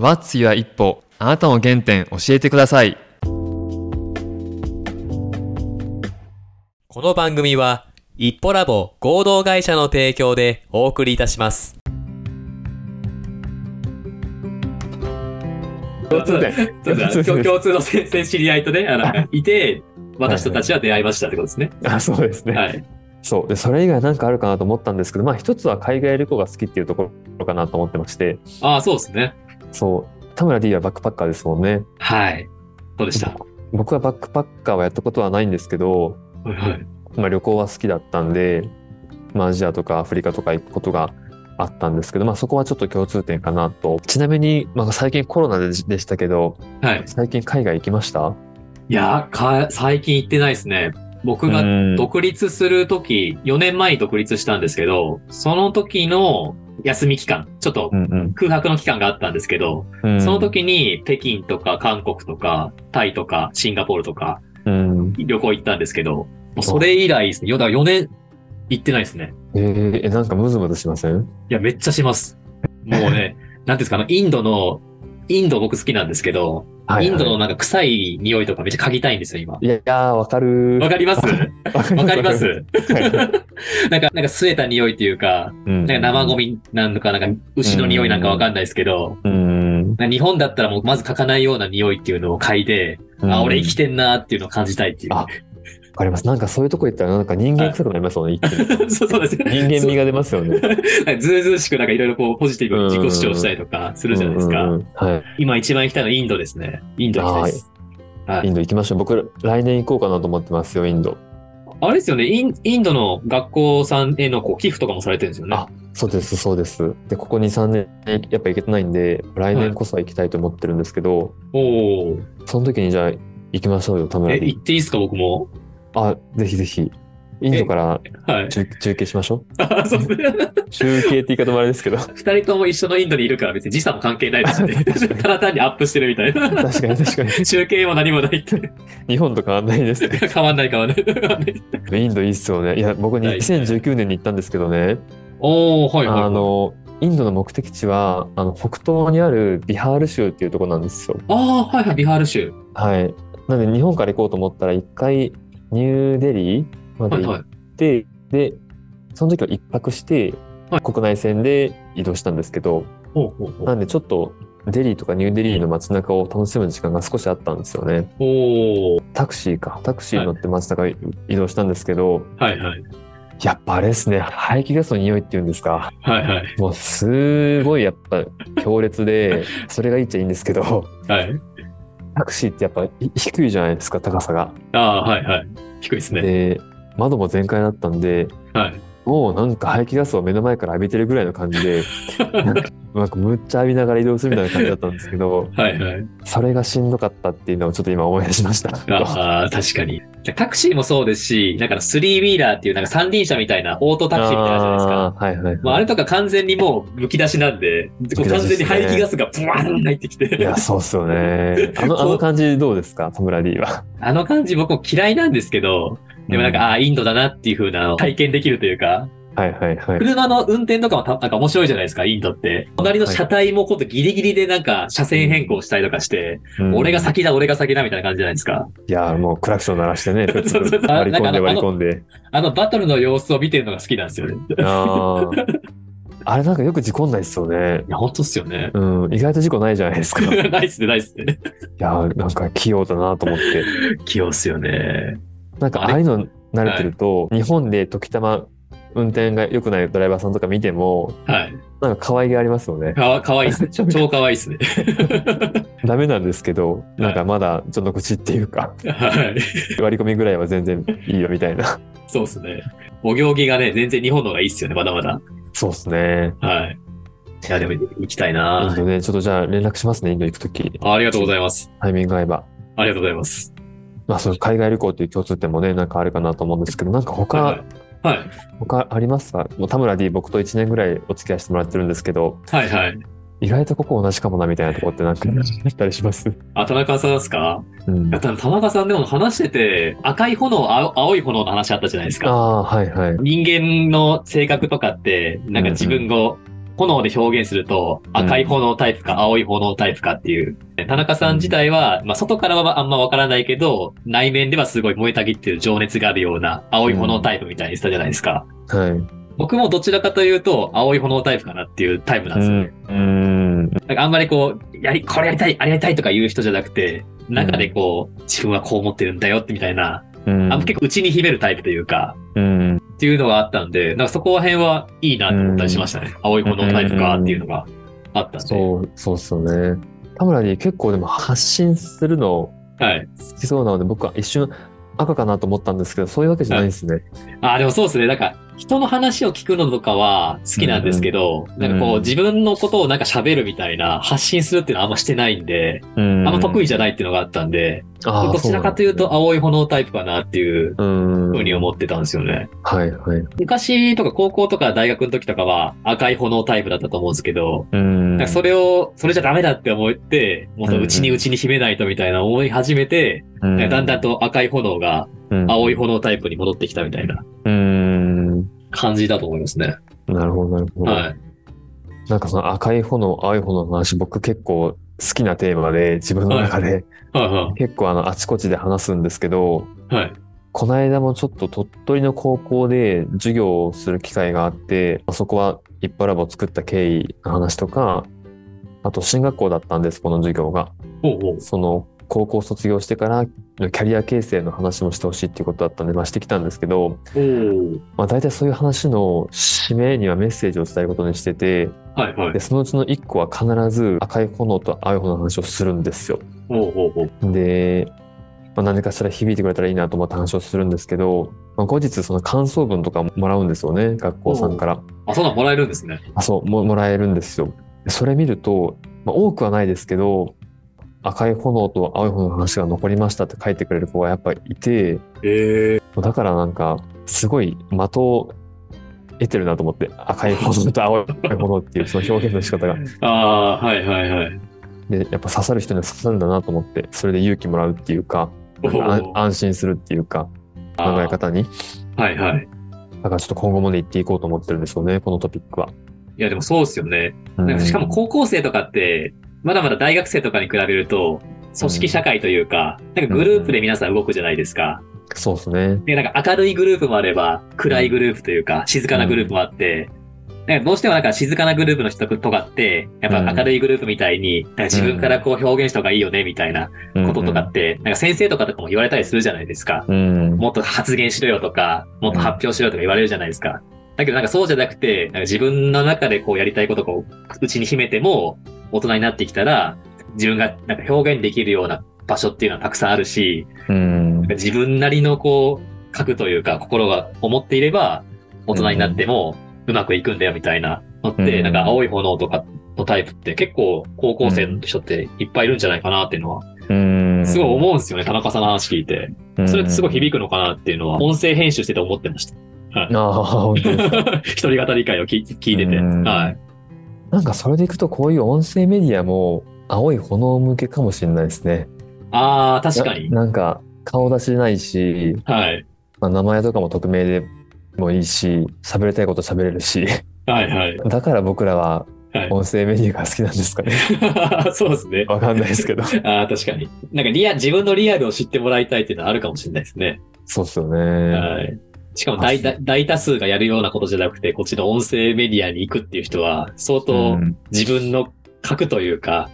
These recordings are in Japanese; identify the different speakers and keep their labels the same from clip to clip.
Speaker 1: What's your 一歩あなたの原点教えてください
Speaker 2: この番組は、一歩ラボ合同会社の提供でお送りいたします。共通点。共共通の先生知り合いとね、あの、いて、私たちは出会いましたってことですね。
Speaker 1: あそうですね、
Speaker 2: はい。
Speaker 1: そうでそれ以外なんかあるかなと思ったんですけどまあ一つは海外旅行が好きっていうところかなと思ってまして
Speaker 2: ああ、そうですね。
Speaker 1: そう田村 D はバックパッカーですもんね
Speaker 2: はい。そうでした。は
Speaker 1: 僕はバックパッカーはやったことはないんですけど、
Speaker 2: いはい。
Speaker 1: まあ、旅行は好きだったんで、まあ、アジアとかアフリカとか行くことがあったんですけど、まあ、そこはちょっと共通点かなとちなみに、まあ、最近コロナででしたけど
Speaker 2: はい。
Speaker 1: 最近海外行きました
Speaker 2: いやか、最近行ってないですね。僕が
Speaker 1: うん
Speaker 2: 独立するとき、4年前に独立したんですけど、その時の休み期間、ちょっと
Speaker 1: うんうん
Speaker 2: 空白の期間があったんですけど、
Speaker 1: うん
Speaker 2: その時に北京とか韓国とかタイとかシンガポールとか
Speaker 1: うん
Speaker 2: 旅行行ったんですけど、もうそれ以来ですね。よだから4年行ってないですね。
Speaker 1: えー、えなんかムズムズしません
Speaker 2: いや、めっちゃします。もうね、なんていうんですか、あの、インドの、インド僕好きなんですけど、インドのなんか臭い匂いとかめっちゃ嗅ぎたいんですよ、今。
Speaker 1: いやいやー、わかるー。
Speaker 2: わかります
Speaker 1: わか
Speaker 2: わかります
Speaker 1: はい
Speaker 2: なんか、なんか吸えた匂いっていうか、
Speaker 1: うん
Speaker 2: なんか生ゴミなのか、なんか牛の匂いなんかわかんないですけど、
Speaker 1: うん。
Speaker 2: なんか日本だったらもうまず書かないような匂いっていうのを嗅いで、あ、俺生き
Speaker 1: て。
Speaker 2: てんなーっていうのを感じたいってい
Speaker 1: あ
Speaker 2: う。
Speaker 1: わかります。なんかそういうとこ行ったら、なんか人間臭くなり ますよね。一気に
Speaker 2: そうそうです。
Speaker 1: 人間味が出ますよね。
Speaker 2: そうずうずうしくなんかいろいろこうポジティブに自己主張したりとかするじゃないです
Speaker 1: うんう
Speaker 2: か。
Speaker 1: んうんは。
Speaker 2: 今一番行きたいのはインドですね。インド行きたいです。はい
Speaker 1: イ
Speaker 2: い。
Speaker 1: ンド行きましょう。僕、来年行こうかなと思ってますよ、インド。
Speaker 2: あれですよね、インインドの学校さんへのこう寄付とかもされてるんですよね。
Speaker 1: あそうです、そうです。で、ここ2、3年、やっぱ行けてないんで、来年こそは行きたいと思ってるんですけど、
Speaker 2: おー
Speaker 1: その時にじゃあ行きましょうよ、田村
Speaker 2: え、
Speaker 1: に
Speaker 2: 行。っていいですか、僕も。
Speaker 1: あ、ぜひぜひ。インドから
Speaker 2: はい。
Speaker 1: 中中継しましょ
Speaker 2: あそうですね。
Speaker 1: う。中継って言い方もあれです けど。
Speaker 2: 二人とも一緒のインドにいるから別に時差も関係ないですよね。
Speaker 1: 確かに
Speaker 2: ただ単にアップしてるみたいな。
Speaker 1: 確かに確かに。
Speaker 2: 中継も何もないって。
Speaker 1: 日本と変わんないですね。
Speaker 2: 変わんない変わんない。
Speaker 1: インドいいっすよね。いや、僕に
Speaker 2: はい
Speaker 1: 2019年に行ったんですけどね、
Speaker 2: おー、はいはい。
Speaker 1: あの、インドの目的地は、あの、北東にあるビハール州っていうところなんですよ。
Speaker 2: あー、はいはい、ビハール州。
Speaker 1: はい。なので、日本から行こうと思ったら、一回、ニューデリーま
Speaker 2: は
Speaker 1: で
Speaker 2: い
Speaker 1: 行
Speaker 2: は
Speaker 1: っ
Speaker 2: い。
Speaker 1: て、で、その時は一泊して、
Speaker 2: は
Speaker 1: 国内線で移動したんですけど、
Speaker 2: ほうほうほう。
Speaker 1: なんで、ちょっと、デリーとかニューデリーの街中を楽しむ時間が少しあったんですよね。
Speaker 2: おー、
Speaker 1: タクシーか。タクシーに乗って街中移動したんですけど、
Speaker 2: はいはい。
Speaker 1: やっぱあれですね、排気ガスの匂いっていうんですか。
Speaker 2: はいはい。
Speaker 1: もうすごいやっぱ強烈 で、それがいいっちゃいいんですけど、
Speaker 2: はい。
Speaker 1: タクシーってやっぱい低いじゃないですか、高さが。
Speaker 2: あー、はいはい。低いですね。
Speaker 1: で、窓も全開だったんで、
Speaker 2: はい。
Speaker 1: もうなんか排気ガスを目の前から浴びてるぐらいの感じ で、なんかむっちゃ浴びながら移動するみたいな感じだったんですけど、
Speaker 2: はいはい。
Speaker 1: それがしんどかったっていうのをちょっと今思い出しました。
Speaker 2: あー、確かに。タクシーもそうですし、だからスリーウィーラーっていうなんか三輪車みたいなオートタクシーみたいなのあるじゃないですか。
Speaker 1: あーはいはい、
Speaker 2: まあ、あれとか完全にもうむき出しなんで、
Speaker 1: き出しですね
Speaker 2: 完全に排気ガスがブワーン入ってき
Speaker 1: い
Speaker 2: て、
Speaker 1: や、そうっすよね。あの、あの感じどうですか、田村 D は。
Speaker 2: あの感じ僕も嫌いなんですけど、でもなんか、ああ、インドだなっていう風なのを体験できるというか、
Speaker 1: うん、はいはいはい。
Speaker 2: 車の運転とかもたなんか面白いじゃないですか、インドって。隣の車体も今度ギリギリでなんか車線変更したりとかして、
Speaker 1: うん
Speaker 2: 俺が先だ、俺が先だみたいな感じじゃないですか。
Speaker 1: いやーもうクラクション鳴らして ね、
Speaker 2: そうそうそう
Speaker 1: 割り込んで
Speaker 2: なんかあ
Speaker 1: 割り
Speaker 2: の
Speaker 1: 込んで。
Speaker 2: あのバトルの様子を見てるのが好きなんですよね。い
Speaker 1: あーあれなんかよく事故んないっすよね。。
Speaker 2: や、本当っすよね
Speaker 1: うん、意外と事故ないじゃないです か。い
Speaker 2: ナイスでナイスで。
Speaker 1: やーなんか器用だなと思って。
Speaker 2: 器用っすよね。
Speaker 1: なんかああいうの慣れてると、日本で時たま運転が良くないドライバーさんとか見ても、
Speaker 2: はい。
Speaker 1: なんか可愛げありますよ ね。
Speaker 2: かわかわいいっすね。超超かわいいっすね。
Speaker 1: ダメなんですけど、なんかまだちょっと口っていうか、
Speaker 2: はい。
Speaker 1: 割り込みぐらいは全然いいよみたいな。
Speaker 2: そうですね。お行儀がね、全然日本の方がいいっすよね、まだまだ。
Speaker 1: そうっすね。
Speaker 2: はい。いや、でも行きたい
Speaker 1: イン
Speaker 2: な
Speaker 1: ドね、ちょっとじゃあ連絡しますね、インド行くとき。
Speaker 2: あありがとうございます。
Speaker 1: タイミング合えば。
Speaker 2: ありがとうございます。
Speaker 1: まあ、そういう海外旅行という共通点もね、なんかあるかなと思うんですけど、なんか他、
Speaker 2: はいはい。
Speaker 1: 他ありますかもう田村 D、僕と1年ぐらいお付き合いしてもらってるんですけど、
Speaker 2: はいはい。
Speaker 1: 意外とここ同じかもなみたいなところってなんかあったりします。
Speaker 2: あ、田中さんですか
Speaker 1: うん、
Speaker 2: あ
Speaker 1: あ
Speaker 2: 田中さんでも話してて、赤い炎、青青い炎の話あったじゃないですか。
Speaker 1: あー、はいはい。
Speaker 2: 人間の性格とかって、なんか自分を炎で表現すると、赤い炎タイプか青い炎タイプかっていう。田中さん自体は、まあ、外からはあんまわからないけど、内面ではすごい燃えたぎってる情熱があるような青い炎タイプみたいにしたじゃないですか。
Speaker 1: はい。
Speaker 2: 僕もどちらかというと、青い炎タイプかなっていうタイプなん
Speaker 1: う
Speaker 2: ですよ。
Speaker 1: ん。うん。
Speaker 2: なんかあんまりこう、やり、これやりたい、あれやりたいとか言う人じゃなくて、中でこう、自分はこう思ってるんだよってみたいな、
Speaker 1: うん。
Speaker 2: あんま結構内に秘めるタイプというか、
Speaker 1: うん。
Speaker 2: っていうのがあったんで、なんかそこら辺はいいなと思ったりしましたね。青いものタイプかっていうのがあったんで。
Speaker 1: そう、そうっすよね。田村に結構でも発信するの
Speaker 2: はい。
Speaker 1: 好きそうなので、僕は一瞬赤かなと思ったんですけど、そういうわけじゃないですね。
Speaker 2: あ、でもそうですね。なんか、人の話を聞くのとかは好きなんですけど、
Speaker 1: ん
Speaker 2: なんかこ
Speaker 1: う
Speaker 2: うん自分のことをなんか喋るみたいな、発信するっていうのはあんましてないんで、
Speaker 1: うん。
Speaker 2: あんま得意
Speaker 1: 意。
Speaker 2: じゃないっていうのがあったんで、
Speaker 1: ああ、
Speaker 2: どちらかというと青い炎タイプかなっていう
Speaker 1: そうなん
Speaker 2: ふ
Speaker 1: ですね、
Speaker 2: うに
Speaker 1: うん。
Speaker 2: 思ってたんですよね。
Speaker 1: はい、はい。
Speaker 2: 昔とか高校とか大学の時とかは赤い炎タイプだったと思うんですけど、
Speaker 1: うん。
Speaker 2: なんかそれを、それじゃダメだって思って、もっと内に内に秘めないとみたいな思い始めて、
Speaker 1: う
Speaker 2: なんかだんだんと赤い炎が
Speaker 1: うん
Speaker 2: 青い炎タイプに戻ってきたみたいな
Speaker 1: うん。
Speaker 2: 感じだと思いますね。
Speaker 1: なるほど、なるほど。
Speaker 2: はい。
Speaker 1: なんかその赤い炎、青い炎の話、僕結構好きなテーマで、自分の中で
Speaker 2: はいは
Speaker 1: 結構あの、あちこちで話すんですけど、
Speaker 2: い。はい。
Speaker 1: この間もちょっと鳥取の高校で授業をする機会があって、まあそこは一般ラボを作った経緯の話とか、あと進学校だったんです、この授業が。
Speaker 2: ほうほう。
Speaker 1: その高校卒業してからのキャリア形成の話もしてほしいっていうことだったんで、まあ、してきたんですけど、
Speaker 2: おー
Speaker 1: まあ、大体そういう話の締めにはメッセージを伝えることにしてて、
Speaker 2: はいはい
Speaker 1: で。そのうちの1個は必ず赤い炎と青い炎の話をするんですよ。
Speaker 2: ほうほうほう。
Speaker 1: で、まあ、何かしら響いてくれたらいいなと思って話をするんですけど、まあ、後日その感想文とかもらうんですよね学校さんから。
Speaker 2: あ、そんなんもらえるんですね。
Speaker 1: あそうももらえるんですよ。でそれ見ると、まあ、多くはないですけど赤い炎と青い炎の話が残りましたって書いてくれる子がやっぱいて
Speaker 2: ええ。
Speaker 1: だからなんかすごい的を得てるなと思って赤い炎と青い炎っていうその表現の仕方が。
Speaker 2: ああー、はいはいはい。
Speaker 1: でやっぱ刺さる人には刺さるんだなと思ってそれで勇気もらうっていうか
Speaker 2: お
Speaker 1: あ
Speaker 2: ー
Speaker 1: 安心するっていうか考え方に
Speaker 2: はいはい。
Speaker 1: だからちょっと今後もね言っていこうと思ってるんですよねこのトピックは。
Speaker 2: いやでもそうですよね。
Speaker 1: うん
Speaker 2: なんかしかも高校生とかって、まだまだ大学生とかに比べると、組織社会というか、なんかグループで皆さん動くじゃないですか。
Speaker 1: そうですね。
Speaker 2: で、なんか明るいグループもあれば、暗いグループというか、静かなグループもあって、なんかどうしてもなんか静かなグループの人とかって、やっぱ明るいグループみたいに、なんか自分からこう表現した方がいいよね、みたいなこととかって、なんか先生とかとかも言われたりするじゃないですか。
Speaker 1: うんうん
Speaker 2: もっと発言しろよとか、もっと発表しろよとか言われるじゃないですか。だけどなんかそうじゃなくて、なんか自分の中でこうやりたいことをこう、内に秘めても、大人になってきたら、自分がなんか表現できるような場所っていうのはたくさんあるし、
Speaker 1: うん
Speaker 2: なんか自分なりのこう、核というか心が思っていれば、大人になってもうまくいくんだよみたいなのって、
Speaker 1: うん
Speaker 2: なんか青い炎とかのタイプって結構高校生の人っていっぱいいるんじゃないかなっていうのは、
Speaker 1: うん
Speaker 2: すごい思うんですよね、田中さんの話聞いて。それってすごい響くのかなっていうのは、音声編集してて思ってました。
Speaker 1: うんああ、本当 ですか
Speaker 2: 一人語り会を聞い聞いてて。
Speaker 1: うん
Speaker 2: はい。
Speaker 1: なんかそれでいくと、こういう音声メディアも青い炎向けかもしれないですね。
Speaker 2: ああ、確かに。
Speaker 1: ななんか顔出しないし、
Speaker 2: はい。
Speaker 1: まあ、名前とかも匿名でもいいし、喋りたいこと喋れるし、
Speaker 2: はいはい。
Speaker 1: だから僕らは
Speaker 2: はい
Speaker 1: 音声メディアが好きなんです かね。
Speaker 2: そうですね。
Speaker 1: わかんないですけど。
Speaker 2: ああ、確かに。なんかリア、自分のリアルを知ってもらいたいっていうのはあるかもしれないですね。
Speaker 1: そうっすよね。
Speaker 2: はい。しかも大大大多数がやるようなことじゃなくて、こっちの音声メディアに行くっていう人は、相当
Speaker 1: うん
Speaker 2: 自分の核というか、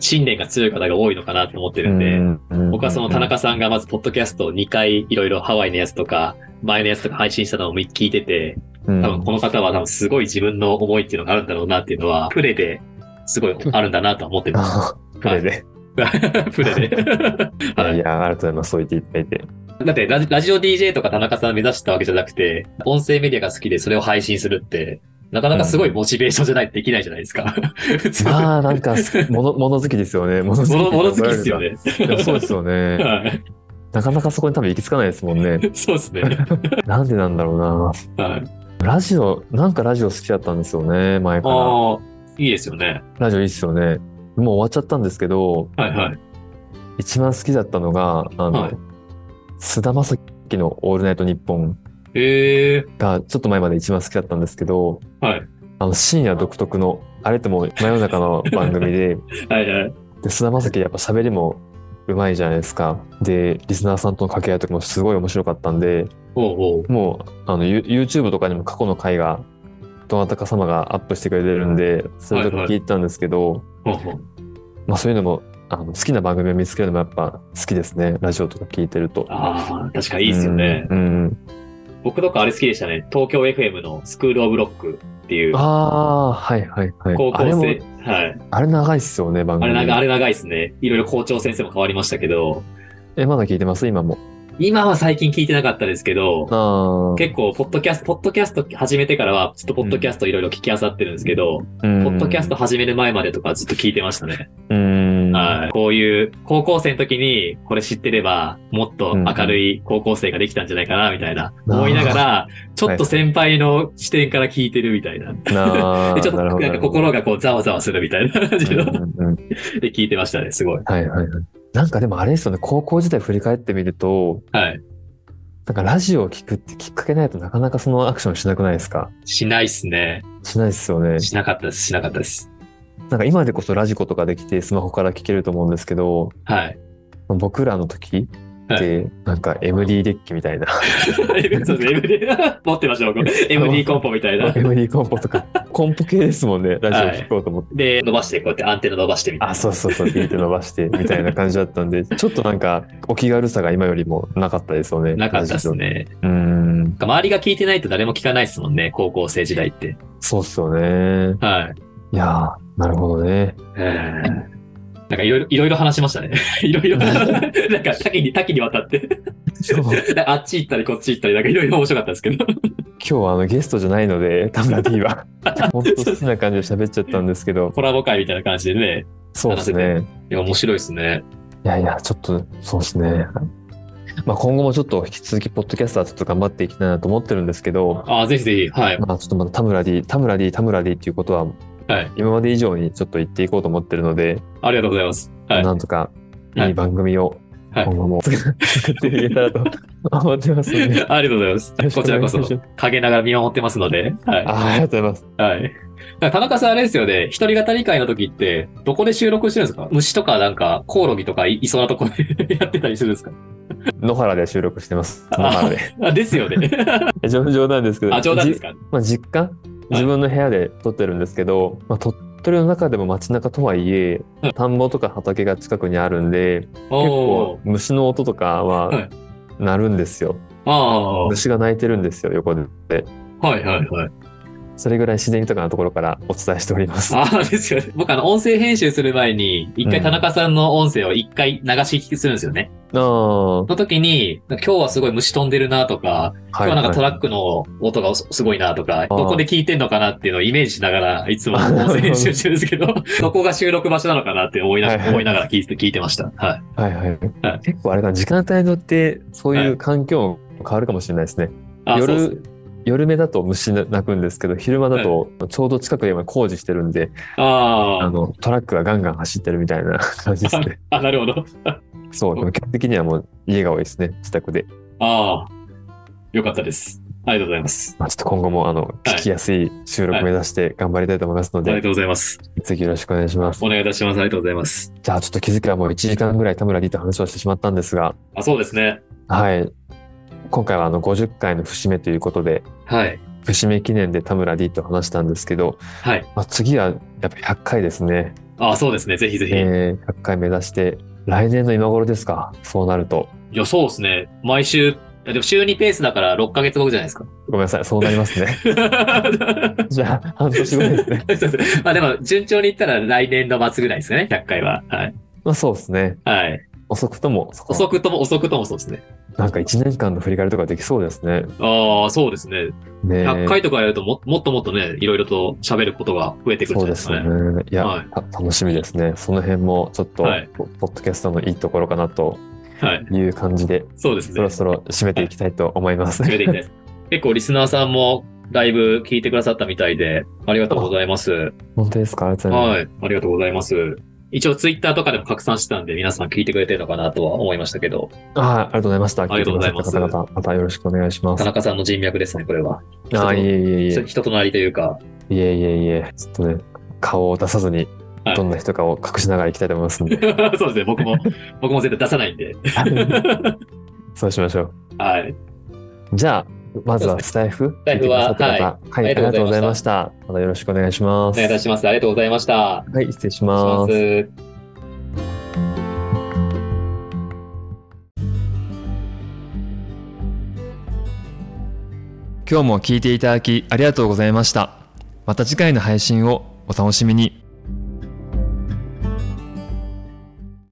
Speaker 2: 信念が強い方が多いのかなと思ってるんで、僕はその田中さんがまず、ポッドキャストを2回いろいろハワイのやつとか、前のやつとか配信したのを聞いてて、
Speaker 1: 多
Speaker 2: 多分この方は多分すごい自分の思いっていうのがあるんだろうなっていうのは、プレですごいあるんだなとは思って ます。
Speaker 1: プレで。
Speaker 2: プレで。
Speaker 1: いや
Speaker 2: はいい。
Speaker 1: や、ありがとうございます。そう言っていただいて。
Speaker 2: だってラジラジオ DJ とか田中さん目指してたわけじゃなくて、音声メディアが好きでそれを配信するって、なかなかすごいモチベーションじゃないとできないじゃないですか。普通。
Speaker 1: まあ、なんか、 物物好きですよね。物好き。
Speaker 2: 物物好きっすよ。ね。
Speaker 1: いやそうですよね。
Speaker 2: はい
Speaker 1: なかなかそこに多分行き着かないですもんね。
Speaker 2: そうですね。
Speaker 1: なんでなんだろうな。
Speaker 2: はい。
Speaker 1: ラジオ、なんかラジオ好きだったんですよね、前から。
Speaker 2: ああ、いいですよね。
Speaker 1: ラジオいいっすよね。もう終わっちゃったんですけど、
Speaker 2: はいはい。
Speaker 1: 一番好きだったのが、あ
Speaker 2: はい
Speaker 1: の、菅、田将暉のオールナイトニッポン
Speaker 2: ええ
Speaker 1: がちょっと前まで一番好きだったんですけど、
Speaker 2: はい。
Speaker 1: あの深夜独特のあれってもう真夜中の番組で
Speaker 2: はいはい。
Speaker 1: で菅田将暉やっぱ喋りもうまいじゃないですかでリスナーさんとの掛け合いとかもすごい面白かったんで
Speaker 2: おうおう。
Speaker 1: もうあの You- YouTube とかにも過去の回がどなたか様がアップしてくれてるんでそれとか聞いてたんですけど、
Speaker 2: おうおう
Speaker 1: まあ、そういうのもあの好きな番組を見つけるのもやっぱ好きですねラジオとか聞いてると。
Speaker 2: ああ、確かにいいですよね。
Speaker 1: うんうん
Speaker 2: 僕とかあれ好きでしたね。東京 FM のスクールオブロックっていう
Speaker 1: ああはいはいはい。
Speaker 2: 高校
Speaker 1: あれも
Speaker 2: 生。はい。
Speaker 1: あれ長いっすよね番
Speaker 2: あ
Speaker 1: 組。
Speaker 2: れ長い、あれ長いですね。いろいろ校長先生も変わりましたけど、
Speaker 1: えまだ聞いてます今も。
Speaker 2: 今は最近聞いてなかったですけど、
Speaker 1: ああ。
Speaker 2: 結構、ポッドキャスト、ポッドキャスト始めてからは、ずっとポッドキャストいろいろ聞きあさってるんですけど、
Speaker 1: うん
Speaker 2: ポッドキャスト。始める前までとかずっと聞いてましたね。
Speaker 1: うん。
Speaker 2: はい。こういう、高校生の時にこれ知ってれば、もっと明るい高校生ができたんじゃないかな、みたいな。
Speaker 1: うん
Speaker 2: 思いながら、ちょっと先輩の視点から聞いてるみたいな。
Speaker 1: なあ。
Speaker 2: で、ちょっと
Speaker 1: なるほど
Speaker 2: なんか心がこう、ざわざわするみたいな 感じの、
Speaker 1: うんうんうん
Speaker 2: で聞いてましたね、すごい。
Speaker 1: はいはいはい。なんかでもあれですよね高校時代振り返ってみると
Speaker 2: はい。
Speaker 1: なんかラジオを聞くってきっかけないとなかなかそのアクションしなくないですか
Speaker 2: しないっすね。
Speaker 1: しないですよね。
Speaker 2: しなかったです、しなかったです。
Speaker 1: なんか今でこそラジコとかできてスマホから聞けると思うんですけど
Speaker 2: はい。
Speaker 1: 僕らの時ってなんか MD デッキみたいな
Speaker 2: そうです、MD、持 ってました、僕。MD コンポみた いな。
Speaker 1: MD コンポとかコンポ系ですもんねラジオ聞こうと思って。
Speaker 2: で、伸ばして、こうやってアンテナ伸ばしてみたいな。
Speaker 1: あそうそうそう聞いて伸ばしてみたいな感じだった んでちょっとなんかお気軽さが今よりもなかったですよね。
Speaker 2: なかったですね。
Speaker 1: ラジオ。うん
Speaker 2: なんか周りが聞いてないと誰も聞かないですもんね、高校生時代って。
Speaker 1: そうっすよね。
Speaker 2: はい。
Speaker 1: いやーなるほどね。
Speaker 2: えーなんかいろいろ、いろいろ話しましたね。 いろいろ。 なんか多岐に、多岐にわたって。
Speaker 1: そう今
Speaker 2: なんかあっち行ったり、こっち行ったり、なんかいろいろ面白かったですけど。
Speaker 1: 日はあのゲストじゃないので田村 D は本当好きな感じで喋っちゃったんですけど
Speaker 2: コラボ会みたいな感じでね。
Speaker 1: そうですね。
Speaker 2: いや、面白いですね。
Speaker 1: いやいや、ちょっと、そうですね。まあ、今後もちょっと引き続き、ポッドキャスターちょっと頑張っていきたいなと思ってるんですけど、
Speaker 2: ああ、ぜひぜひ。はい。
Speaker 1: まあ、ちょっとまた田村 D、田村 D、田村 D っていうことは、
Speaker 2: はい
Speaker 1: 今まで以上にちょっと言っていこうと思ってるので、
Speaker 2: ありがとうございます。はい。
Speaker 1: なんとか
Speaker 2: はい
Speaker 1: いい番組を
Speaker 2: はい
Speaker 1: 今後 も作作っていけたらと思ってますので。
Speaker 2: ありがとうございます。こちらこそ
Speaker 1: よろしくお願いしま、
Speaker 2: 陰ながら見守ってますので。はい。
Speaker 1: あありがとうございます。
Speaker 2: はい。だから田中さんあれですよね、一人語り会の時って、どこで収録してるんですか虫とかなんか、コオロギとかいいそうなとこで やってたりするんですか
Speaker 1: 野原で収録してます。野原で。
Speaker 2: あですよね。
Speaker 1: 冗冗談ですけど、
Speaker 2: あ、冗談です
Speaker 1: じ
Speaker 2: か
Speaker 1: まあ、実家、自分の部屋で撮ってるんですけど、まあ、鳥取の中でも街中とはいえ、田んぼとか畑が近くにあるんで、結
Speaker 2: お
Speaker 1: 構
Speaker 2: ー。
Speaker 1: 虫の音とか
Speaker 2: は
Speaker 1: はい鳴るんですよ、
Speaker 2: ああー。
Speaker 1: 虫が鳴いてるんですよ横で
Speaker 2: はいはいはい。
Speaker 1: それぐらい自然豊かなところからお伝えしております
Speaker 2: ああ、ですよね。僕あの、音声編集する前に、一
Speaker 1: う
Speaker 2: 回
Speaker 1: ん
Speaker 2: 田中さんの音声を一回流し聞きするんですよね。
Speaker 1: ああは
Speaker 2: その時に、今日はすごい虫飛んでるなとか、今
Speaker 1: い
Speaker 2: 日はなん
Speaker 1: はい
Speaker 2: かトラックの音がすごいなとか、どこで聞いてんのかなっていうのをイメージしながら、いつも 音声編集してるんですけど、 どこが収録場所なのかなって思いな
Speaker 1: はいはい
Speaker 2: 思いながら聞いて聞いてました。はい。
Speaker 1: はいはい、
Speaker 2: はい
Speaker 1: 結構あれかな時間帯によってそうい
Speaker 2: は
Speaker 1: う環境も変わるかもしれないですね、
Speaker 2: あ、そうです
Speaker 1: 夜夜目だと虫鳴くんですけど昼間だとちょうど近くで今工事してるんで、あ
Speaker 2: あ
Speaker 1: のトラックがガンガン走ってるみたいな 感じです ね
Speaker 2: あ、あ、なるほど。
Speaker 1: そうでも基本的にはもう家が多いですね自宅で、
Speaker 2: ああ、よかったです。ありがとうございます。
Speaker 1: まあ、ちょっと今後もあの
Speaker 2: い
Speaker 1: 聞きやすい収録目指して頑張りたいと思いますの
Speaker 2: あり
Speaker 1: で、
Speaker 2: がとうございます。
Speaker 1: ぜひよろしくお願いします。
Speaker 2: お願いいたします。ありがとうございます。
Speaker 1: じゃあちょっと気づけばもう1時間ぐらい田村 D と話をしてしまったんですが、
Speaker 2: あ、そうですね。
Speaker 1: はい。今回はあの50回の節目ということで、
Speaker 2: はい。
Speaker 1: 節目記念で田村 D と話したんですけど、
Speaker 2: はい。
Speaker 1: まあ、次はやっぱ100回ですね。
Speaker 2: あ、そうですね。ぜひぜひ。
Speaker 1: えー100回目指して、来年の今頃ですか、そうなると。
Speaker 2: いや、そうですね。毎週、いやでも週2ペースだから6ヶ月後じゃないですか。
Speaker 1: ごめんなさい、そうなります ね。じゃあ、半年後ですね。
Speaker 2: そうそうまあでも、順調にいったら来年の末ぐらいですよね、100回は。はい。
Speaker 1: まあそうですね。
Speaker 2: はい。
Speaker 1: 遅くとも、そこ
Speaker 2: 遅くとも、遅くともそうですね。
Speaker 1: なんか1年間の振り返りとかできそうですね。
Speaker 2: ああ、そうですね。
Speaker 1: ね
Speaker 2: 100回とかやるとも、もっともっとね、いろいろと喋ることが増えてくるん
Speaker 1: そう
Speaker 2: じゃない
Speaker 1: で
Speaker 2: で
Speaker 1: す
Speaker 2: すか
Speaker 1: よ
Speaker 2: ね。
Speaker 1: ね。いや、
Speaker 2: はい
Speaker 1: た楽しみですね。その辺もちょっと、
Speaker 2: はい
Speaker 1: ポポッドキャストのいいところかなと
Speaker 2: はい。
Speaker 1: いう感じで、
Speaker 2: そうです
Speaker 1: そ
Speaker 2: ね
Speaker 1: ろ。そろ締めていきたいと思います。
Speaker 2: 決めていきたい です。結構リスナーさんもだいぶ聞いてくださったみたいで、ありがとうございます。
Speaker 1: 本当ですかありがとうございます
Speaker 2: はい。ありがとうございます。一応ツイッターとかでも拡散してたんで、皆さん聞いてくれてるのかなとは思いましたけど、
Speaker 1: あありがとうございました。
Speaker 2: りがとうございます
Speaker 1: 聞てくださった方々、またよろしくお願いしま
Speaker 2: 田
Speaker 1: す。あ
Speaker 2: 中さんの人脈ですね、これは。
Speaker 1: あ、いえいえいえ。
Speaker 2: 人となりというか、
Speaker 1: いえいえいえ。ちょっとね、顔を出さずに
Speaker 2: は、い
Speaker 1: どんな人かを隠しながら行きたいと思いますん で。
Speaker 2: そうですね、僕も、僕も絶対出さないんで。
Speaker 1: そうしましょう。
Speaker 2: はい。
Speaker 1: じゃあ、まずはスタイフ。
Speaker 2: タイフは
Speaker 1: 聞いてくださった方はい、あ
Speaker 2: あ
Speaker 1: り
Speaker 2: り
Speaker 1: が
Speaker 2: が
Speaker 1: と
Speaker 2: と
Speaker 1: うご
Speaker 2: うご
Speaker 1: ざ
Speaker 2: ざ
Speaker 1: い
Speaker 2: い
Speaker 1: ま
Speaker 2: ま
Speaker 1: し。
Speaker 2: した
Speaker 1: またよろしくお願いしま
Speaker 2: お
Speaker 1: す。
Speaker 2: 願いいたします。ありがとうございました。
Speaker 1: はい、失礼し
Speaker 2: お願
Speaker 1: ま
Speaker 2: いし
Speaker 1: す。
Speaker 2: ます。
Speaker 1: 今日も聞いていただきありがとうございました。また次回の配信をお楽しみに。